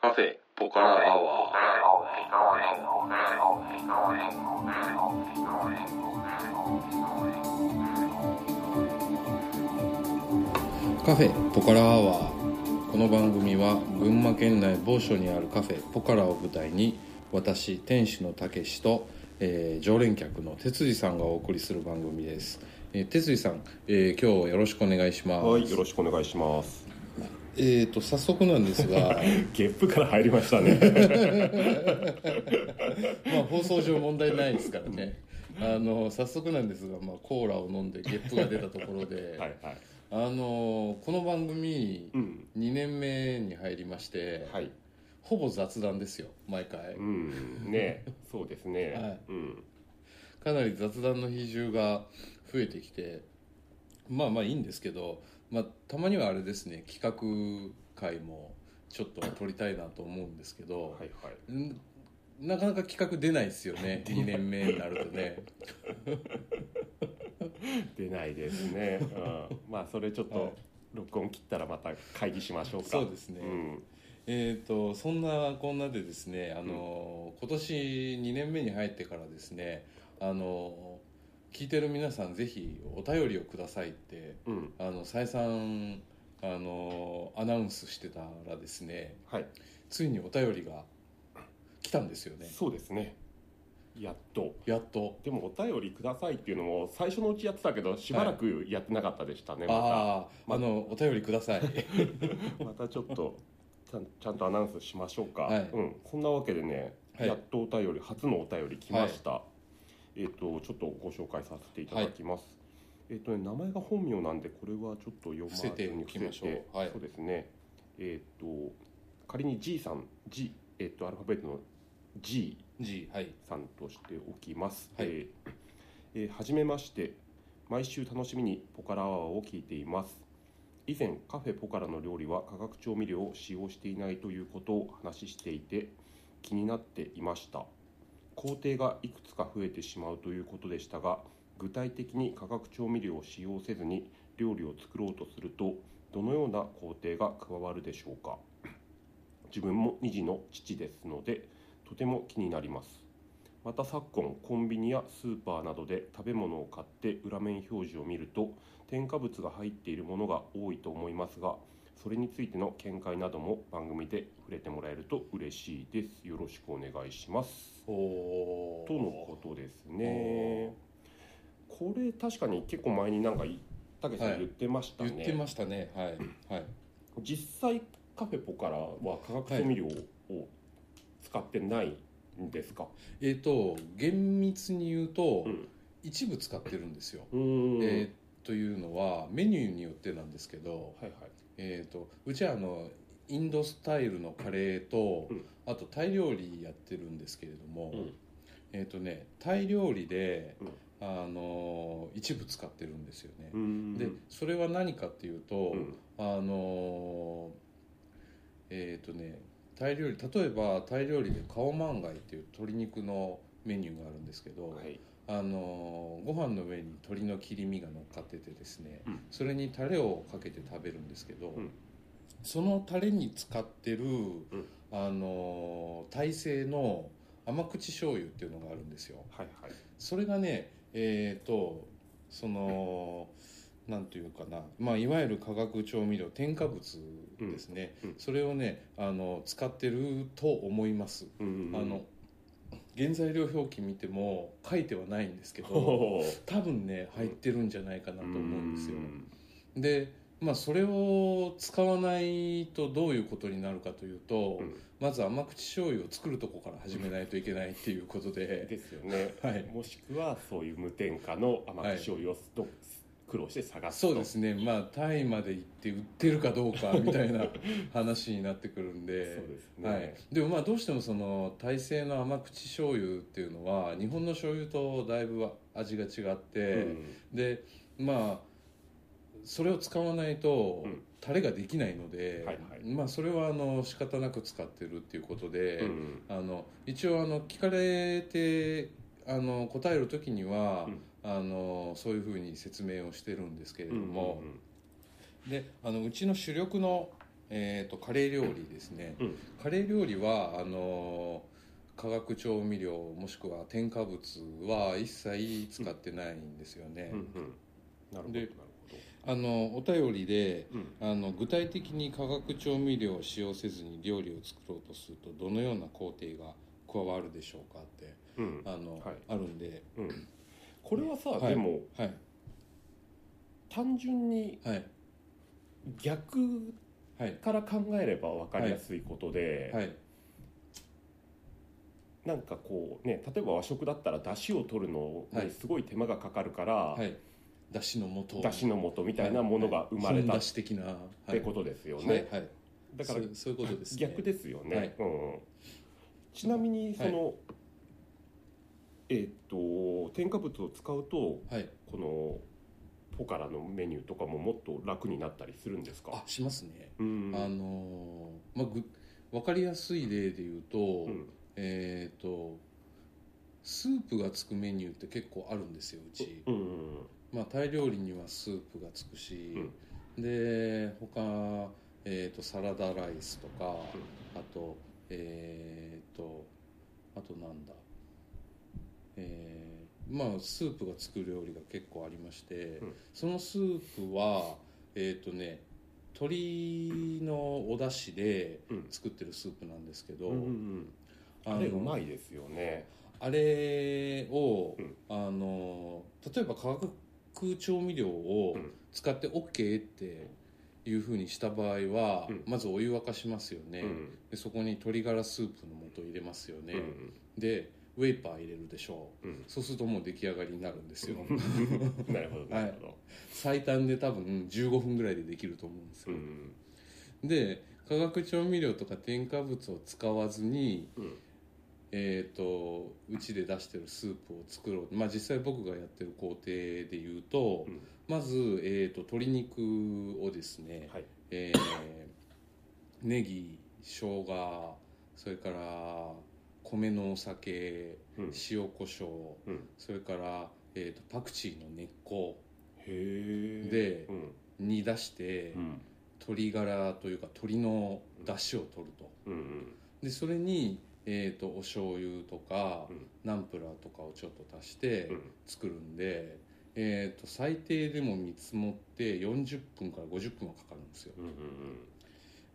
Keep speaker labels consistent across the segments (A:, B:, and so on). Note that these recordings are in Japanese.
A: カフェポカラアワー
B: カフェポカラアワーこの番組は群馬県内某所にあるカフェポカラを舞台に私店主のたけしと、えー常連客の哲司さんがお送りする番組です、えー、哲司さん、えー今日よろしくお願いします、
C: はい、よろしくお願いします。
B: えー、と早速なんですが
C: ゲップから入りました ね。
B: まあ放送上問題ないですからねあの早速なんですが、まあ、コーラを飲んでゲップが出たところで、
C: はいはい。
B: あのこの番組
C: うん。
B: 2年目に入りまして、
C: はい。
B: ほぼ雑談ですよ毎回
C: うん。ね、そうですね。
B: はい
C: うん。
B: かなり雑談の比重が増えてきてまあまあいいんですけど、まあ、たまにはあれですね企画会もちょっとは撮りたいなと思うんですけど、
C: はいはい。
B: んなかなか企画出ないですよ ね2年目になるとね
C: 出ないですね。うん。まあそれちょっ
B: はい
C: と録音切ったらまた会議しましょうか。
B: そうですね
C: うん。
B: えーとそんなこんなでですねあの、今年2年目に入ってからですねあの聞いてる皆さんぜひお便りをくださいって
C: うん。
B: あの再三あのアナウンスしてたらですね
C: はい。
B: ついにお便りが来たんですよね
C: そうですね。やっと。
B: やっと
C: でもお便りくださいっていうのも最初のうちやってたけどしばらくやってなかったでしたね。ま
B: あああのお便りくだ さい
C: たまたちょっとちゃんちゃんとアナウンスしましょうか。
B: はい
C: うん。そんなわけでね、
B: はい
C: やっとお便り初のお便り来ました、えっ、とちょっとご紹介させていただきます、えっ、とね名前が本名なんでこれはちょっと読まずに
B: 伏せておきましょう
C: 伏せて
B: はい
C: そうですねえっ、と仮に G さん G えっ、とアルファベットの G
B: G はい
C: さんとしておきます。
B: はい
C: えーえーはじめまして。毎週楽しみにポカラアワーを聞いています。以前カフェポカラの料理は化学調味料を使用していないということを話していて気になっていました。工程がいくつか増えてしまうということでしたが、具体的に化学調味料を使用せずに料理を作ろうとするとどのような工程が加わるでしょうか。自分も2児の父ですのでとても気になりますまた昨今コンビニやスーパーなどで食べ物を買って裏面表示を見ると添加物が入っているものが多いと思いますがそれについての見解なども番組で触れてもらえると嬉しいですよろしくお願いします
B: おお
C: とのことですねこれ確かに結構前になんかいたけさん言ってましたね、
B: 言ってましたねはいはい
C: 実際カフェポからは化学調味料を使ってないんですか、
B: えっ、と厳密に言うと、
C: うん
B: 一部使ってるんですよ、
C: うーん
B: えーというのはメニューによってなんですけど、
C: はいはい
B: えー、とうちはあのインドスタイルのカレーと、
C: うん
B: あとタイ料理やってるんですけれども、
C: うん
B: えっ、とねタイ料理で、
C: うん
B: あのー一部使ってるんですよね、
C: うん
B: でそれは何かっていうと、
C: うん
B: あのーえっ、とねタイ料理例えばタイ料理でカオマンガイっていう鶏肉のメニューがあるんですけど、
C: はい
B: あのーご飯の上に鶏の切り身が乗っかっててですね、
C: うん
B: それにタレをかけて食べるんですけど、
C: うん
B: そのタレに使ってる、
C: ん
B: あのータイ製の甘口醤油っていうのがあるんですよ
C: はいはい
B: それがねえー、とそのなんというかな、まあ、いわゆる化学調味料添加物ですね、
C: うんうん
B: それをねあの使ってると思います、
C: うん
B: あの原材料表記見ても書いてはないんですけど
C: ほう
B: 多分ね入ってるんじゃないかなと思うんですよ
C: う
B: でまあそれを使わないとどういうことになるかというと、
C: うん
B: まず甘口醤油を作るとこから始めないといけないっていうこと で、
C: ですよね
B: はい
C: もしくはそういう無添加の甘口醤油をど苦労して探すと
B: そうですねまあタイまで行って売ってるかどうかみたいな話になってくるん
C: そう
B: で
C: ですね
B: はい、でもまあどうしてもそのタイ製の甘口醤油っていうのは日本の醤油とだいぶ味が違って、
C: うん
B: でまあそれを使わないと
C: うん
B: タレができないので、
C: はいはい
B: まあそれはあの仕方なく使ってるっていうことで、
C: うん
B: あの一応あの聞かれてあの答える時には、
C: うん
B: あのそういうふうに説明をしてるんですけれども、
C: うん
B: であのうちの主力のえー、とカレー料理ですね、
C: うん
B: カレー料理はあのー化学調味料もしくは添加物は一切使ってないんですよね、
C: うんうんなるほどな
B: で
C: るほど
B: あのお便りで
C: うん
B: あの具体的に化学調味料を使用せずに料理を作ろうとするとどのような工程が加わるでしょうかって
C: うん
B: あの、
C: はい
B: あるんで
C: うんこれはさ、
B: はい
C: でも
B: はい
C: 単純に
B: はい
C: 逆
B: はい
C: から考えれば分かりやすいことで、
B: はい
C: なんかこうね例えば和食だったら出汁を取るの
B: はい
C: にすごい手間がかかるから、
B: はいだしの素
C: 出汁の素みたいなものが生まれた
B: だ
C: っ
B: し的なは
C: てことですよね、
B: はいはい
C: だから
B: そうそういうことですね
C: 逆ですよね、
B: はい
C: うんうんちなみにその、えーっと添加物を使うと
B: はい
C: このポカラのメニューとかももっと楽になったりするんです
B: あ
C: か
B: しますね
C: うん
B: あのーまあ、ぐ分かりやすい例で言うと、
C: うん
B: えっ、とスープがつくメニューって結構あるんですようち、
C: うんうん
B: まあ、タイ料理にはスープがつくし、で他、えー、とサラダライスとか、あとえっ、とあとなんだえーまあスープがつく料理が結構ありまして、
C: うん
B: そのスープはえっ、とね鶏のお出汁で
C: うん
B: 作ってるスープなんですけ
C: う
B: ど、
C: んうんうん
B: あ
C: あれう
B: の
C: まいですよね
B: あれを、
C: うん
B: あの例えば化学調味料を
C: うん
B: 使って OK っていうふうにした場合は、
C: うん
B: まずお湯沸かしますよね、
C: うん
B: でそこに鶏ガラスープの素入れますよね、でウェイパー入れるでしょう
C: うん
B: そうするともう出来上がりになるんですよ
C: うんなるほどなるほど、
B: 最短で多分15分ぐらいでできると思うんです
C: う
B: よ、
C: ん
B: で化学調味料とか添加物を使わずに
C: うん
B: えー、とうちで出してるスープを作ろう、まあ、実際僕がやってる工程で言うと、
C: うん
B: まず、えー、と鶏肉をですね、
C: はい
B: えーネギ生姜それから米のお酒
C: うん
B: 塩コショウ
C: うん
B: それから、えー、とパクチーの根っこ
C: へえ
B: で
C: うん
B: に出して、
C: うん
B: 鶏ガラというか鶏の出汁を取ると
C: うんうん
B: でそれに、えー、とお醤油とか、
C: うん
B: ナンプラーとかをちょっと足して
C: うん
B: 作るんで、えー、と最低でも見積もって40分から50分はかかるんですよ
C: うんうん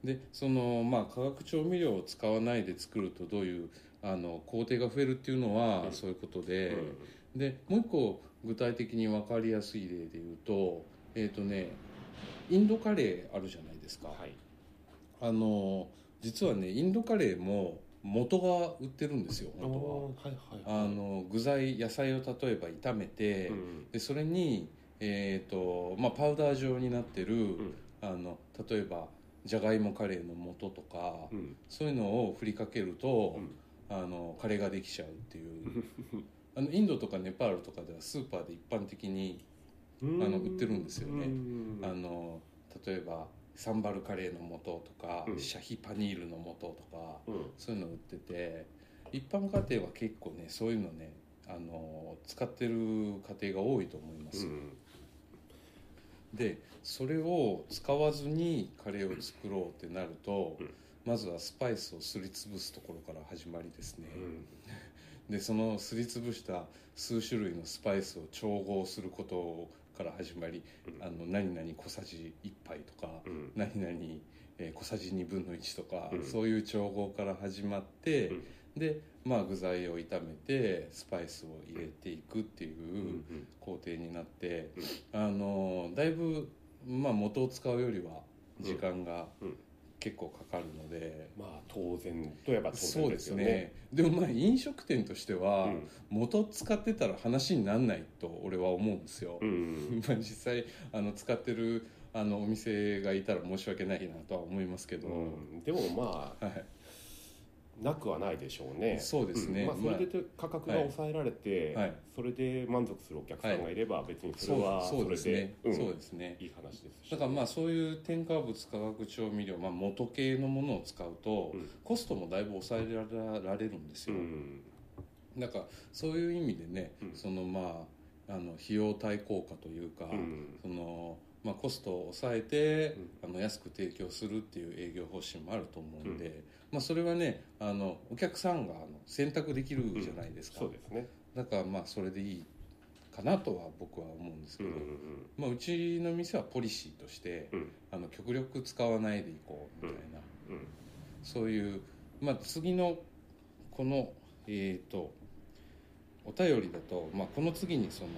B: でそのまあ化学調味料を使わないで作るとどういうあの工程が増えるっていうのは
C: うん
B: そういうこと
C: う
B: で、
C: ん
B: でもう一個具体的に分かりやすい例で言うとえっ、とねインドカレーあるじゃないですか、
C: はい
B: あの実はねインドカレーも元が売ってるんですよ
C: あー
B: 本当は。
C: はいはいはい
B: あの具材野菜を例えば炒めて、
C: うん
B: でそれに、えーとまあ、パウダー状になってる、
C: ん
B: あの例えばじゃがいもカレーの素とか、
C: うん
B: そういうのを振りかけると、
C: うん
B: あのカレーができちゃうっていう あのインドとかネパールとかではスーパーで一般的に、あの売ってるんですよね
C: うん
B: あの例えばサンバルカレーの素とか、
C: うん
B: シャヒパニールの素とか
C: うん
B: そういうの売ってて一般家庭は結構ねそういうのねあの使ってる家庭が多いと思いま
C: う
B: す、
C: ん
B: でそれを使わずにカレーを作ろうってなると、
C: うん
B: まずはスパイスをすりつぶすところから始まりですね、
C: うん
B: でそのすりつぶした数種類のスパイスを調合することから始まり、
C: うん
B: あの何々小さじ1杯とか、
C: うん
B: 何々、えー小さじ2分の1とか、
C: うん
B: そういう調合から始まって、
C: うん
B: でまあ具材を炒めてスパイスを入れていくっていううん工程になって、あのーだいぶ、まあ、元を使うよりは時間が
C: うんうん
B: 結構かかるので、
C: まあ当然といえば当
B: そ
C: 然
B: う
C: で
B: ですす
C: よ
B: ね
C: ね
B: でもまあ飲食店としては、
C: うん
B: 元使ってたら話にならないと俺は思うんですよ。
C: うん
B: まあ実際あの使ってるあのお店がいたら申し訳ないなとは思いますけど、
C: うんでもまあ
B: はい、
C: なくはないでしょうね
B: そうですね
C: んまあそれでて価格が抑えられて
B: はい
C: それで満足するお客さんがいれば別にそれは
B: そう
C: そ
B: そうで
C: れ
B: すね
C: で、
B: そううんですね
C: いい話ですし
B: だからまあそういう添加物化学調味料、まあ、元系のものを使うと、
C: うん
B: コストもだいぶ抑えられるんです
C: う
B: よ、
C: ん
B: だからそういう意味でね、
C: うん
B: そのまああの費用対効果というか、
C: うん
B: そのまあ、コストを抑えて
C: うん、
B: あの安く提供するっていう営業方針もあると思うんで、まあ、それはねあのお客さんがあの選択できるじゃないですか、
C: そうですね。
B: だからまあそれでいいかなとは僕は思うんです
C: う
B: け
C: ん
B: ど、
C: うん
B: まあ、うちの店はポリシーとして
C: うんうん
B: あの極力使わないでいこうみたいな、
C: うん
B: そういう、まあ、次のこのえっ、とお便りだと、まあ、この次にその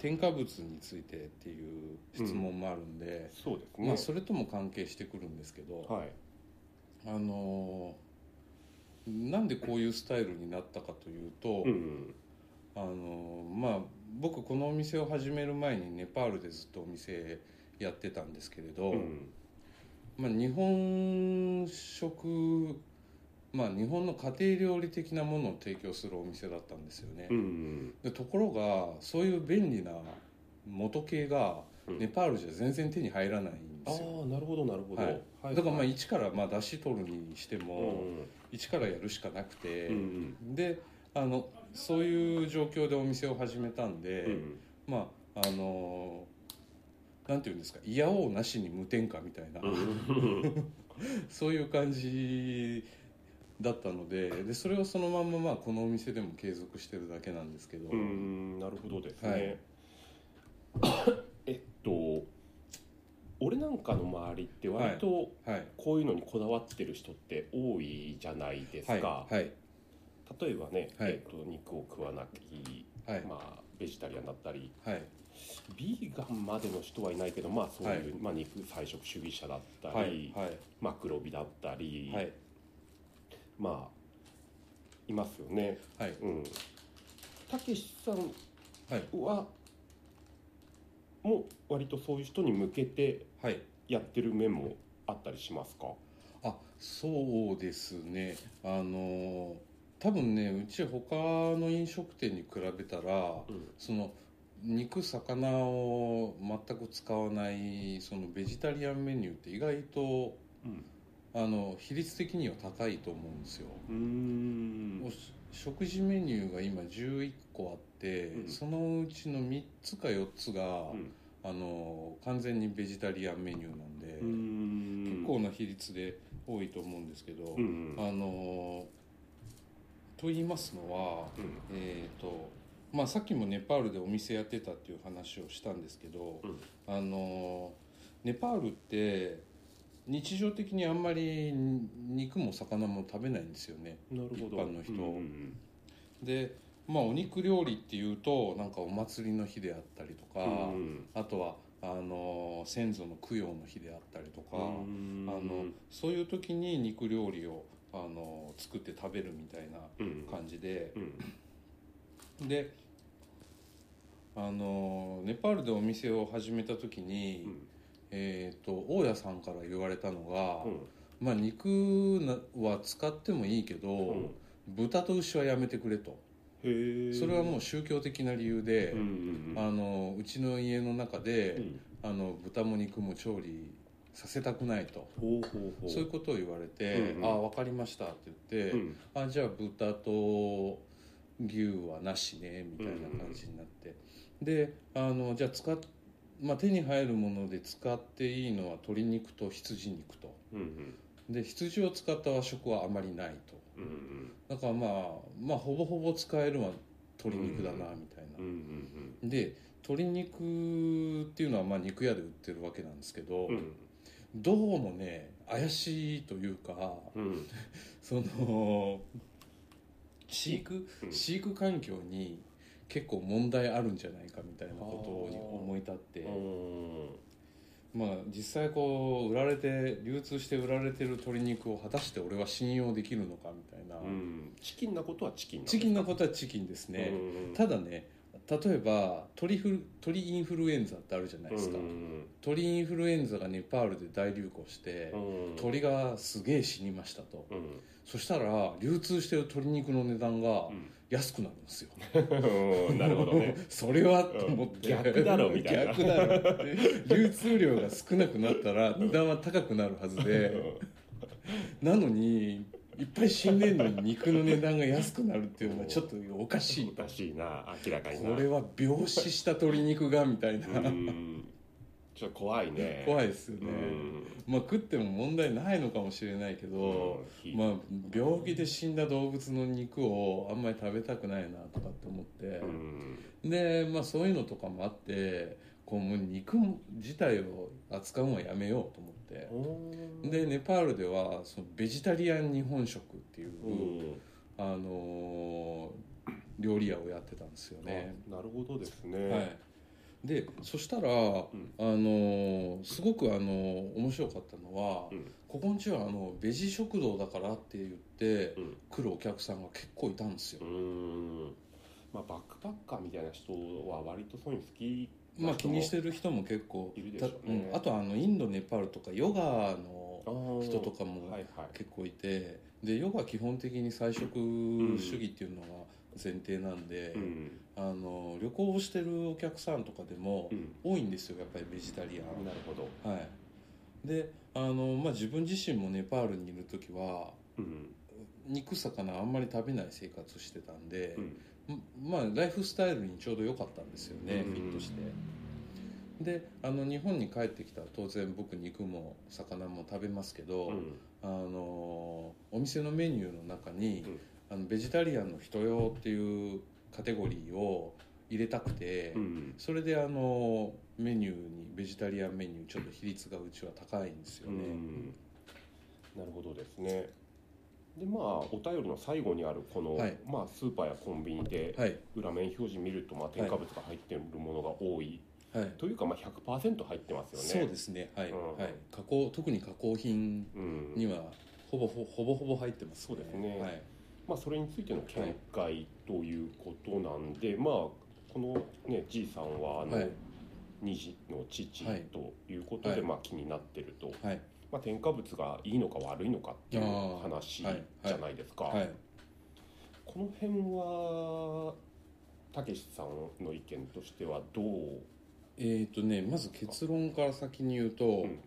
B: 添加物についてっていう質問もあるんで、
C: そうです
B: ま
C: ね
B: あ、。それとも関係してくるんですけど、
C: はい。
B: あのーなんでこういうスタイルになったかというと、
C: うん
B: あのーまあ僕このお店を始める前にネパールでずっとお店やってたんですけれど、
C: うんうん
B: まあ、日本食、まあ、日本の家庭料理的なものを提供するお店だったんですよね、
C: うん
B: でところがそういう便利な元系が
C: うん
B: ネパールじゃ全然手に入らないん
C: あ
B: ですよ、
C: あなるほどなるほど。
B: は
C: はい
B: いだからまあ一からまあ出し取るにしても一からやるしかなくて、
C: うんうん
B: であのそういう状況でお店を始めたんで、
C: うん
B: まああのなんていうんですか嫌おうなしに無添加みたいな、
C: うん
B: そういう感じだったのででそれをそのまんままあこのお店でも継続してるだけなんですけど、
C: うんなるほどです
B: はい
C: ね。えっと俺なんかの周りって割と
B: はい
C: こういうのにこだわってる人って多いじゃないですか。
B: はいはい
C: 例えばね、
B: はい
C: えっと肉を食わなき、
B: はい
C: まあベジタリアンだったり、
B: はい
C: ビーガンまでの人はいないけど、まあそういう、まあ肉菜食主義者だったり、
B: はいは
C: マクロビだったり、
B: いはい
C: まあいますよね。
B: はい
C: うん。たけしさん
B: はい
C: は、もう割とそういう人に向けて
B: はい
C: やってる面もあったりしますか。
B: あそうですねあの多分ねうち他の飲食店に比べたら
C: うん。
B: その肉魚を全く使わないそのベジタリアンメニューって意外と
C: うん。
B: あの比率的には高いと思うんですよ、
C: うーん
B: おし食事メニューが今11個あって、
C: うん
B: そのうちの3つか4つが、
C: ん
B: あの完全にベジタリアンメニューなんで、
C: うーん
B: 結構な比率で多いと思うんですけど、
C: うんうん
B: あのと言いますのは、えーとまあ、さっきもネパールでお店やってたっていう話をしたんですけど、
C: うん
B: あのネパールって日常的にあんまり肉も魚も食べないんですよね。
C: なるほど
B: 一般の人
C: うんうん
B: で、まあ、お肉料理っていうとなんかお祭りの日であったりとか、
C: うんうん
B: あとはあの先祖の供養の日であったりとか、
C: うん
B: あのそういう時に肉料理をあの作って食べるみたいな
C: うん
B: 感じで、
C: うん
B: であのネパールでお店を始めた時に、
C: うん
B: えー、と大家さんから言われたのが、
C: うん
B: まあ、肉なは使ってもいいけど、
C: うん
B: 豚と牛はやめてくれと
C: へえ
B: それはもう宗教的な理由で、
C: うんうんうん
B: あのうちの家の中で、
C: う
B: あ
C: ん
B: の豚も肉も調理させたくないと
C: ほうほうほう
B: そういうことを言われて「
C: うんうん
B: ああ分かりました」って言って「
C: うん
B: あじゃあ豚と牛はなしね」みたいな感じになって、であのじゃあ使っ、まあ、手に入るもので使っていいのは鶏肉と羊肉と
C: うんうん
B: で羊を使った和食はあまりないと
C: うんうん
B: だからまあまあほぼほぼ使えるのは鶏肉だなみたいな。
C: うんうん
B: で鶏肉っていうのはまあ肉屋で売ってるわけなんですけど、
C: うんうん
B: どうもね怪しいというか
C: うん
B: その飼育
C: うん
B: 飼育環境に結構問題あるんじゃないかみたいなことに
C: あー
B: 思い立って
C: うん
B: まあ実際こう売られて流通して売られてる鶏肉を果たして俺は信用できるのかみたいな、
C: うんチキンなことはチキンなんだ
B: チキンのことはチキンです
C: う
B: ね、
C: んうん
B: ただね例えば鳥フル鳥インフルエンザってあるじゃないですか、
C: うんうん
B: 鳥インフルエンザがネパールで大流行して、
C: うん
B: 鳥がすげえ死にましたと、
C: うん
B: そしたら流通してる鶏肉の値段が
C: うん
B: 安くなるんですよ、
C: うんなるほどね
B: それはと思って、
C: うん逆だろみたいな
B: 逆だろって流通量が少なくなったら値段は高くなるはずでなのにいっぱい死んでんのに肉の値段が安くなるっていうのはちょっとおかしい
C: おかしいな明らかにな
B: これは病死した鶏肉がみたいな
C: うんちょっと怖いねい
B: 怖いですよ
C: う
B: ね、
C: ん、
B: まあ食っても問題ないのかもしれないけど、
C: うん
B: まあ病気で死んだ動物の肉をあんまり食べたくないなとかって思って
C: う、ん
B: でまあそういうのとかもあってこうもう肉自体を扱うのはやめようと思ってでネパールではそのベジタリアン日本食っていう、
C: うん
B: あのー料理屋をやってたんですよね。
C: あなるほどですね、
B: はい、でそしたら、
C: ん
B: あのーすごく、あのー面白かったのは、
C: うん
B: ここんちはあのベジ食堂だからって言って
C: うん
B: 来るお客さんが結構いたんですよ
C: う。んまあバックパッカーみたいな人は割とそういうの好き
B: まあ、気にしてる人も結構
C: いるでしょうね
B: たうんあとはあのインドネパールとかヨガの人
C: 人
B: とか
C: は
B: も
C: いはい
B: 結構いてでヨガ基本的に菜食主義っていうのが前提なんで、
C: うん
B: あの旅行をしてるお客さんとかでも
C: うん
B: 多いんですよやっぱりベジタリアン。
C: なるほど
B: はい、であの、まあ、自分自身もネパールにいる時は
C: うん
B: 肉魚あんまり食べない生活してたんで
C: う、ん
B: まあライフスタイルにちょうど良かったんですよね、フ
C: うん
B: ィットしてであの日本に帰ってきたら当然僕肉も魚も食べますけど、
C: うん
B: あのお店のメニューの中に
C: うん、
B: あのベジタリアンの人用っていうカテゴリーを入れたくて、
C: うん
B: それであのメニューにベジタリアンメニューちょっと比率がうちは高いんですよね、
C: うんなるほどですねでまあお便りの最後にあるこの、
B: はい
C: まあ、スーパーやコンビニで
B: はい
C: 裏面表示見ると、まあ、添加物が入っているものが多い、
B: はい、
C: というか、まあ、100%入ってますよね
B: そうですねはい、
C: うん
B: はい加工特に加工品
C: うん
B: にはほぼほほぼほぼ入ってます、
C: そうですね
B: はい
C: まあ、それについての見解ということなんで、まあこのねじいさんはあの、
B: はい
C: 二児の父
B: はい
C: ということ
B: は
C: で、
B: い
C: まあ、気になってると、
B: はい
C: まあ、添加物がいいのか悪いのかっていう話
B: あーはい
C: じゃないですか、
B: はい
C: この辺はたけしさんの意見としてはどう
B: えーとねまず結論から先に言うと、
C: うん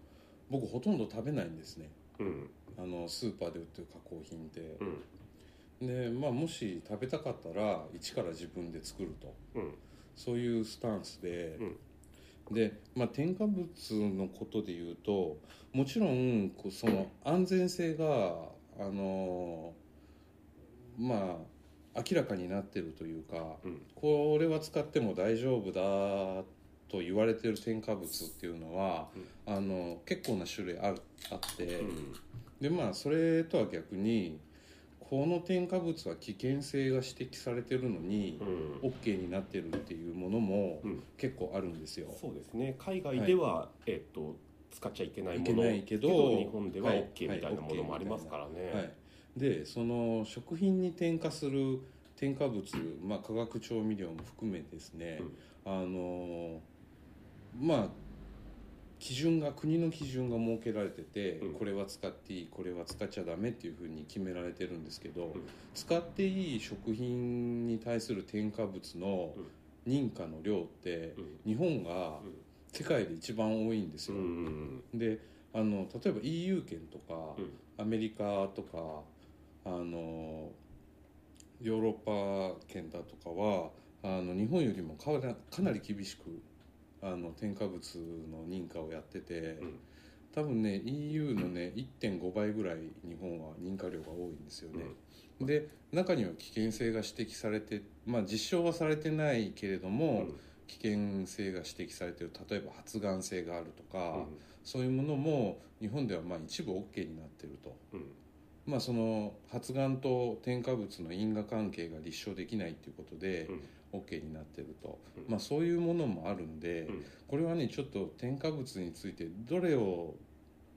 B: 僕ほとんど食べないんですね
C: うん
B: あのスーパーで売ってる加工品って
C: うん
B: でまあもし食べたかったら一から自分で作ると
C: うん
B: そういうスタンスで、で、まあ、添加物のことで言うともちろんこうその安全性があのまあ明らかになってるというか、
C: うん
B: これは使っても大丈夫だと言われてる添加物っていうのは、あの結構な種類あるあって、
C: うん
B: でまあそれとは逆にこの添加物は危険性が指摘されてるのに、
C: うん
B: OK になってるっていうものも
C: うん
B: 結構あるんですよ、
C: そうですね海外では、えっと使っちゃいけないもの
B: いけないけど
C: 日本では
B: はい
C: OK みたいなものもありますからね、
B: はい、でその食品に添加する添加物、まあ、化学調味料も含めですね、あのまあ基準が国の基準が設けられてて、
C: うん
B: これは使っていいこれは使っちゃダメっていうふうに決められてるんですけど、
C: ん
B: 使っていい食品に対する添加物の
C: うん
B: 認可の量って
C: う
B: 日
C: ん
B: 本が世界で一番多いんです
C: う
B: よ。
C: ん
B: であの例えば EU 圏とか、
C: うん
B: アメリカとかあのヨーロッパ圏だとかはあの日本よりもかなかなり厳しくあの添加物の認可をやってて、
C: うん
B: 多分ね EU のね1.5倍ぐらい日本は認可量が多いんですよね。で中には危険性が指摘されて、まあ、実証はされてないけれど
C: うん
B: も、危険性が指摘されてる例えば発がん性があるとか、そういうものも日本ではまあ一部 OK になってると、
C: うん
B: まあ、その発がんと添加物の因果関係が立証できないということで
C: うん
B: OK になってると、
C: うん
B: まあ、そういうものもあるんで、
C: うん
B: これはねちょっと添加物についてどれを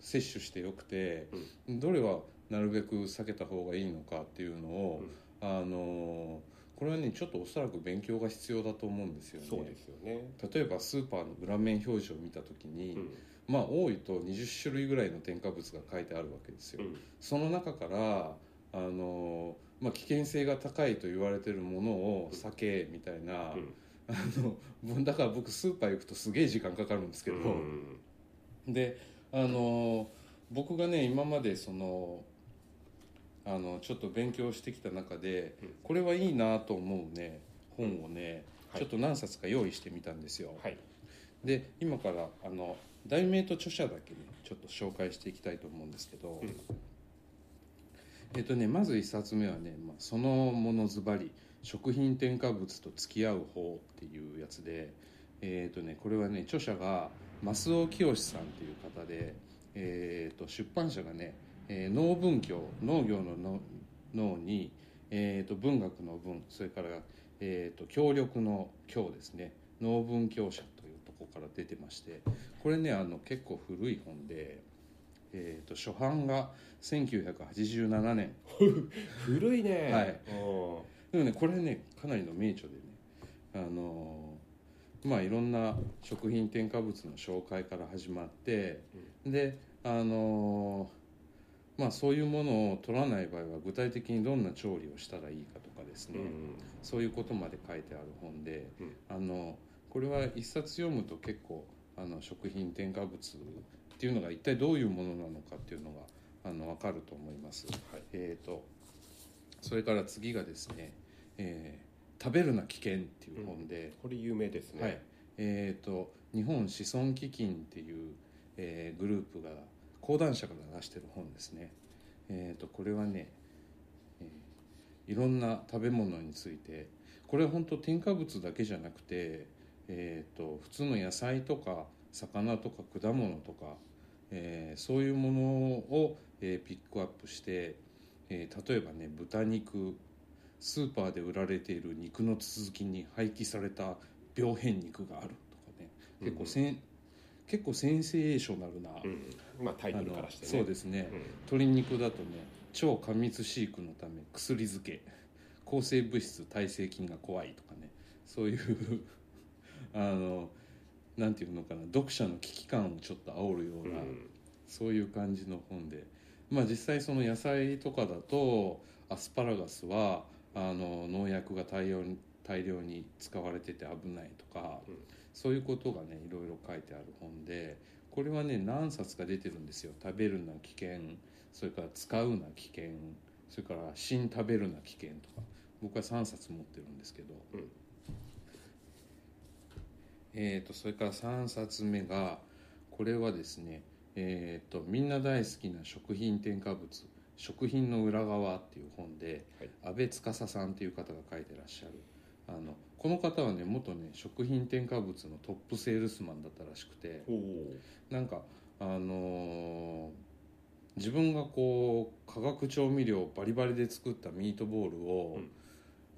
B: 摂取してよくて、どれはなるべく避けた方がいいのかっていうのを、あのこれはねちょっとおそらく勉強が必要だと思うんですよね。
C: そうですよね、
B: 例えばスーパーの裏面表示を見た時に、
C: うん
B: まあ多いと20種類ぐらいの添加物が書いてあるわけですよ、
C: うん
B: その中からあの、まあ、危険性が高いと言われてるものを避けみたいな、
C: うん
B: あのだから僕スーパー行くとすげえ時間かかるんですけど、
C: うん
B: であの僕がね今までそのあのちょっと勉強してきた中で、
C: うん
B: これはいいなと思うね本をね、
C: はい
B: ちょっと何冊か用意してみたんですよ、
C: はい
B: で今からあの題名と著者だけねちょっと紹介していきたいと思うんですけど、
C: うん
B: えっとねまず1冊目はね、まあ、そのものズバリ食品添加物と付き合う方っていうやつでえっとねこれはね著者が増尾清さんっていう方で、えっと出版社がね、えー農文教農業のの農に、えっと文学の文それからえー、と協力の協ですね農文協社というところから出てましてこれねあの結構古い本で、えー、と初版が1987年
C: 古いね
B: はい
C: うん
B: でもねこれねかなりの名著でねあのーまあいろんな食品添加物の紹介から始まって、であのーまあそういうものを取らない場合は具体的にどんな調理をしたらいいかとかですね、そういうことまで書いてある本で、
C: うん
B: あのこれは一冊読むと結構あの食品添加物っていうのが一体どういうものなのかっていうのがあの分かると思います。
C: はい
B: えー、とそれから次がですね、えー食べるな危険」っていう本で、
C: これ有名ですね
B: はいえー、と日本子孫基金っていう、えーグループが講談社から出してる本ですね。えー、とこれはね、えーいろんな食べ物についてこれは本当添加物だけじゃなくて、えー、と普通の野菜とか魚とか果物とか、えーそういうものを、えーピックアップして、えー例えばね豚肉スーパーで売られている肉の続きに廃棄された病変肉があるとかね結構せん、結構センセーショナルな、
C: うんまあタイトルからしてね
B: あのそうですね、鶏肉だとね超過密飼育のため薬漬け抗生物質耐性菌が怖いとかねそういう あのなんていうのかな読者の危機感をちょっと煽るよ
C: う
B: うんな、そういう感じの本でまあ実際その野菜とかだとアスパラガスはあの農薬が大量に大量に使われてて危ないとか、
C: うん
B: そういうことがねいろいろ書いてある本でこれはね何冊か出てるんですよ「食べるな危険」それから「使うな危険」それから「新食べるな危険」とか僕は3冊持ってるんですけど、
C: うん
B: えー、とそれから3冊目がこれはですねえー、とみんな大好きな食品添加物食品の裏側っていう本で、安倍司さんっていう方が書いてらっしゃるあのこの方はね元ね食品添加物のトップセールスマンだったらしくて
C: おお
B: なんかあのー自分がこう化学調味料をバリバリで作ったミートボールを、
C: うん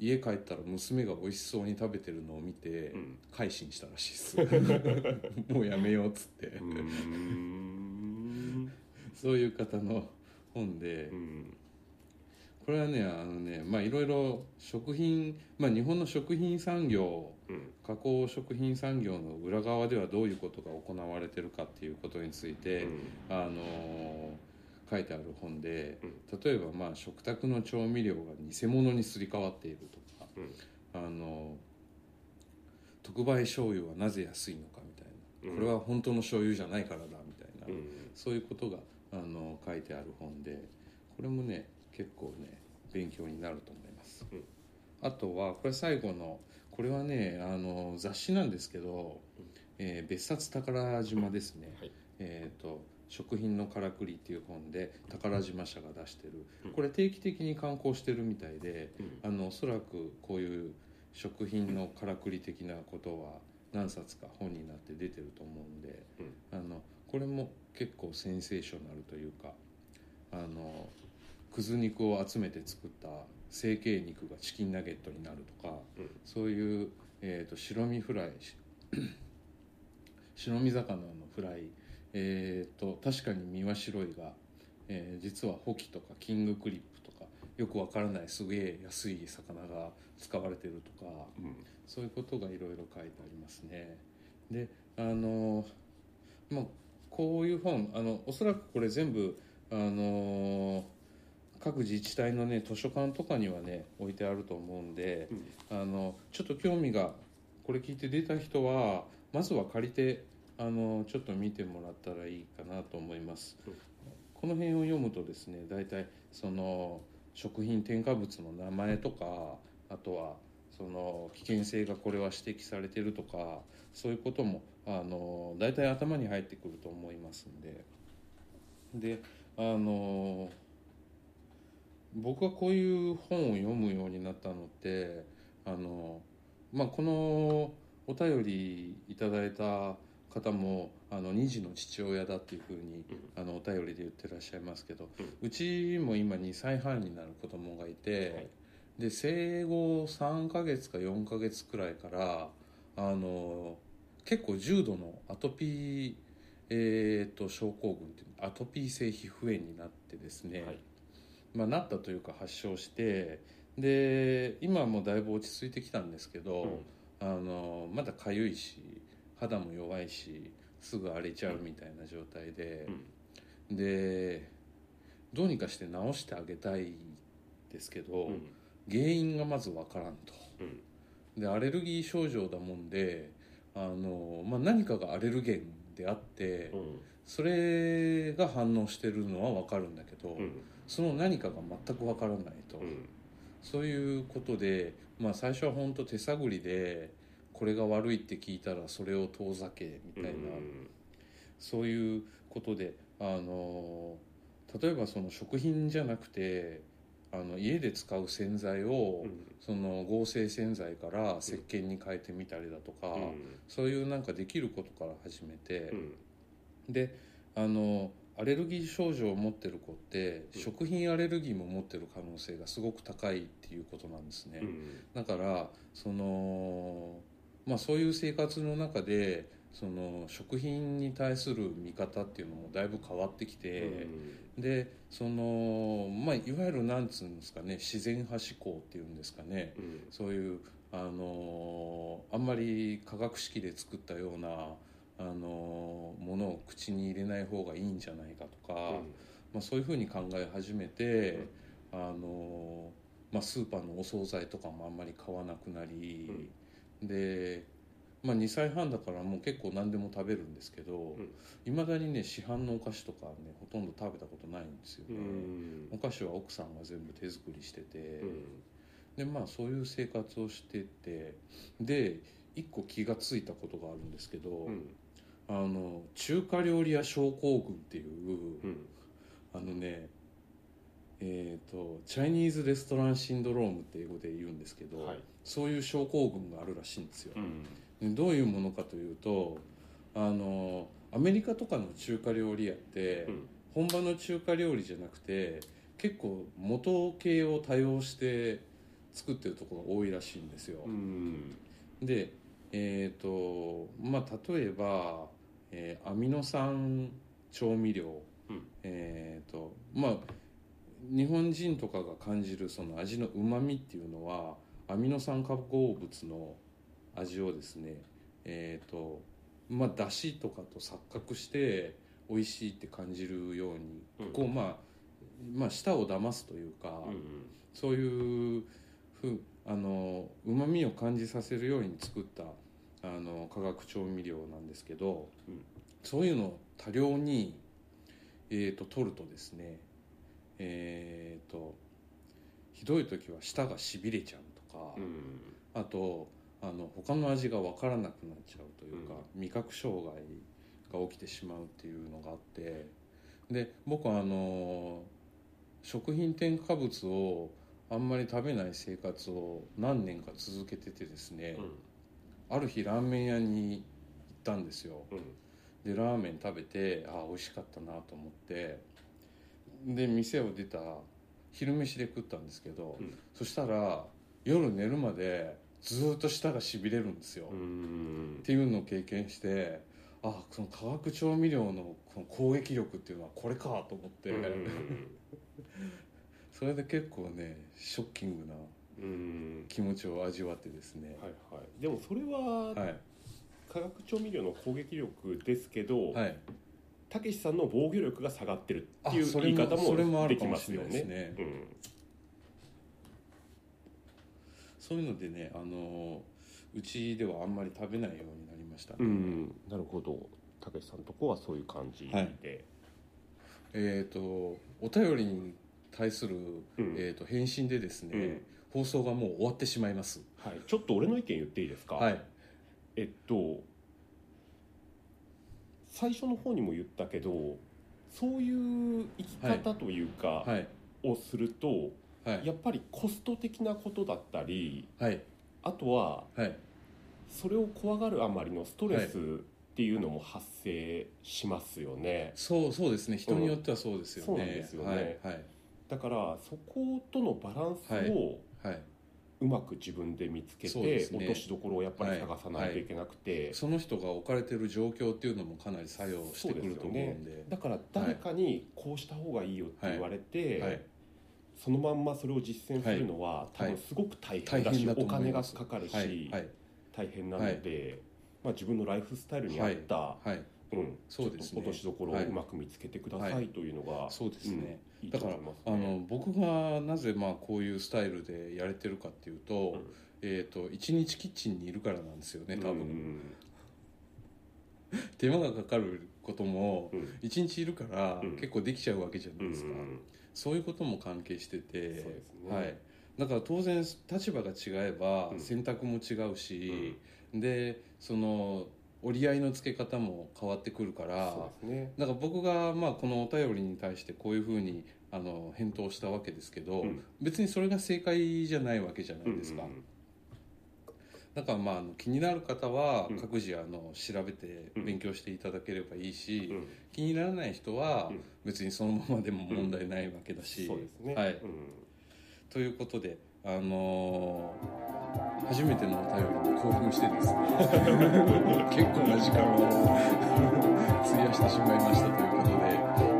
B: 家帰ったら娘が美味しそうに食べてるのを見て、
C: うん
B: 改心したらしいです もうやめようっつって、
C: うーん
B: そういう方の本で、
C: うん
B: これはねあのねまあいろいろ食品、まあ、日本の食品産業
C: うん
B: 加工食品産業の裏側ではどういうことが行われてるかっていうことについて、あのー書いてある本で例えばまあ食卓の調味料が偽物にすり替わっているとか、
C: うん
B: あのー特売醤油はなぜ安いのかみたいな、
C: うん
B: これは本当の醤油じゃないからだみたいな、
C: うん
B: そういうことがあの書いてある本でこれもね結構ね勉強になると思います、
C: うん
B: あとはこれ最後のこれはねあの雑誌なんですけど
C: うん
B: 「えー別冊宝島」ですね、
C: はい
B: えーと「食品のからくり」っていう本で宝島社が出してる
C: うん
B: これ定期的に刊行してるみたいで、
C: うん
B: あのおそらくこういう食品のからくり的なことは何冊か本になって出てると思うんで、あのこれも結構センセーショナルというかあのくず肉を集めて作った成形肉がチキンナゲットになるとか、
C: うん
B: そういう、えー、と白身フライし白身魚のフライ、えー、と確かに身は白いが、えー実はホキとかキングクリップとかよくわからないすげえ安い魚が使われてるとか。
C: うん
B: そういうことがいろいろ書いてありますね。であのまあこういう本あのおそらくこれ全部あの各自治体のね図書館とかにはね置いてあると思うんで
C: うん
B: あのちょっと興味がこれ聞いて出た人はまずは借りてあのちょっと見てもらったらいいかなと思います
C: うん。
B: この辺を読むとですね大体その食品添加物の名前とかあとはその危険性がこれは指摘されてるとかそういうこともああの大体頭に入ってくると思いますんでであの僕はこういう本を読むようになったのってあの、まあ、このお便りいただいた方もあの2児の父親だっていうふうにあのお便りで言ってらっしゃいますけど、うちも今2歳半になる子供がいて、
C: はい
B: で生後3ヶ月か4ヶ月くらいからあの結構重度のアトピー、えー、と症候群っていうアトピー性皮膚炎になってですね、
C: はい
B: まあ、なったというか発症してで今はもうだいぶ落ち着いてきたんですけど、
C: うん
B: あのまだ痒いし肌も弱いしすぐ荒れちゃうみたいな状態で、でどうにかして治してあげたいですけど、
C: うん
B: 原因がまずわからんと
C: うん
B: でアレルギー症状だもんであの、まあ、何かがアレルゲンであって、
C: うん
B: それが反応してるのはわかるんだけど、
C: うん
B: その何かが全くわからないと。
C: うん
B: そういうことで、まあ、最初は本当手探りでこれが悪いって聞いたらそれを遠ざけみたいな、そういうことであの例えばその食品じゃなくてあの家で使う洗剤を、
C: うん
B: その合成洗剤から石鹸に変えてみたりだとか、
C: うん
B: そういうなんかできることから始めて
C: う、ん
B: であのアレルギー症状を持ってる子って、
C: うん
B: 食品アレルギーも持ってる可能性がすごく高いっていうことなんですね、
C: うん
B: だからその、まあ、そういう生活の中でその食品に対する見方っていうのもだいぶ変わってきて、でその、まあ、いわゆるなんつうんですかね自然派思考っていうんですかね
C: うん
B: そういうあのあんまり化学式で作ったようなあのものを口に入れない方がいいんじゃないかとか、まあ、そういうふうに考え始めて、あのまあ、スーパーのお惣菜とかもあんまり買わなくなり、で、まあ、2歳半だからもう結構何でも食べるんですけど
C: うん
B: いま、未だにね市販のお菓子とかねほとんど食べたことないんですよ
C: う
B: ね。
C: ん
B: お菓子は奥さんが全部手作りしてて、
C: う
B: で
C: ん
B: まあそういう生活をしててで一個気がついたことがあるんですけど、
C: うん
B: あの中華料理屋症候群っていう、
C: うん
B: あのねえー、とチャイニーズレストランシンドロームって英語で言うんですけど、
C: はい
B: そういう症候群があるらしいんですよ、
C: う
B: で
C: ん
B: どういうものかというとあのアメリカとかの中華料理屋って、
C: うん
B: 本場の中華料理じゃなくて結構元系を多用して作ってるところが多いらしいんですよ、
C: うん
B: でえっ、とまあ例えば、えーアミノ酸調味料、
C: うん
B: えっ、とまあ日本人とかが感じるその味のうまみっていうのはアミノ酸化合物の味をですねえっ、とまあだしとかと錯覚して美味しいって感じるように、
C: うん
B: こうまあまあ舌を騙すというか、
C: うん
B: そういうふうあのうまみを感じさせるように作ったあの化学調味料なんですけど、
C: うん
B: そういうのを多量に、えー、と取るとですねえっ、とひどい時は舌がしびれちゃうとか、
C: うん
B: あとあの他の味が分からなくなっちゃうというか、味覚障害が起きてしまうっていうのがあってで僕はあの食品添加物をあんまり食べない生活を何年か続けててですね、ある日ラーメン屋に行ったんですよ
C: うん
B: でラーメン食べてあ美味しかったなと思ってで店を出た昼飯で食ったんですけど、
C: うん
B: そしたら夜寝るまでずーっと舌がしびれるんですよ、
C: う
B: っ
C: ん
B: ていうのを経験してあその化学調味料のこの攻撃力っていうのはこれかと思って、それで結構ねショッキングな
C: うん
B: 気持ちを味わってですね
C: はいはいでもそれは
B: はい
C: 化学調味料の攻撃力ですけど
B: はい
C: たけしさんの防御力が下がってるっ
B: あ
C: ていう
B: それ
C: 言い方
B: それもあ
C: も
B: る
C: で
B: か
C: き
B: も
C: ま
B: し
C: す
B: れな
C: よ
B: いです
C: ね。
B: ね
C: うん
B: そういうのでねあのうちではあんまり食べないようになりました、
C: うん、なるほど。たけしさんとこはそういう感じで。
B: はいえっ、とお便りに対する、
C: うん
B: えー、と返信でですね、
C: うん
B: 放送がもう終わってしまいます
C: はい、ちょっと俺の意見言っていいですか。
B: はい
C: えっと。最初の方にも言ったけどそういう生き方というか、
B: はい
C: をすると
B: はい
C: やっぱりコスト的なことだったり
B: はい
C: あとは
B: はい
C: それを怖がるあまりのストレスっていうのも発生しますよね、
B: そうそうですね人によってはそうですよね、
C: そうなんですよね
B: はい
C: だからそことのバランスを、
B: ははい、はい、
C: うまく自分で見つけて、
B: そうですね
C: 落としどころをやっぱり探さないといけなくて、
B: その人が置かれてる状況っていうのもかなり作用してくると思うんで
C: だから誰かにこうした方がいいよって言われて、
B: はい
C: そのまんまそれを実践するのは、多分すごく大変だし、
B: はい大変だと
C: お
B: 思い
C: 金
B: ま
C: が
B: す
C: かかるし、
B: はいはい
C: 大変なので、まあ、自分のライフスタイルに合った、
B: はい
C: うん、
B: そうですね
C: ちょっと落としどころをうまく見つけてくださ
B: はい
C: というのが、
B: そうですね、
C: いいと
B: だから
C: 思います
B: あ
C: ね、
B: の僕がなぜまあこういうスタイルでやれてるかっていうと,、
C: うん
B: えー、と一日キッチンにいるからなんですよね多分、
C: うん
B: 手間がかかることも
C: うん
B: 一日いるから
C: うん
B: 結構できちゃうわけじゃな
C: う
B: い
C: ん
B: ですか、そういうことも関係してて
C: そうですね
B: はい、だから当然立場が違えば
C: うん
B: 選択も違うし、でその折り合いのつけ方も変わってくるから
C: そうですね、
B: だから僕がまあこのお便りに対してこういうふうにあの返答したわけですけど、
C: うん
B: 別にそれが正解じゃないわけじゃな
C: う
B: い
C: ん
B: ですか、
C: うん
B: だからまああの気になる方は
C: うん
B: 各自あの調べて
C: うん
B: 勉強していただければいいし、
C: うん
B: 気にならない人は
C: うん
B: 別にそのままでも問題ないわけだし、
C: そうですね、
B: はい
C: うん
B: ということであのー初めてのお便りに興奮してですね 結構な時間を費やしてしまいましたということで、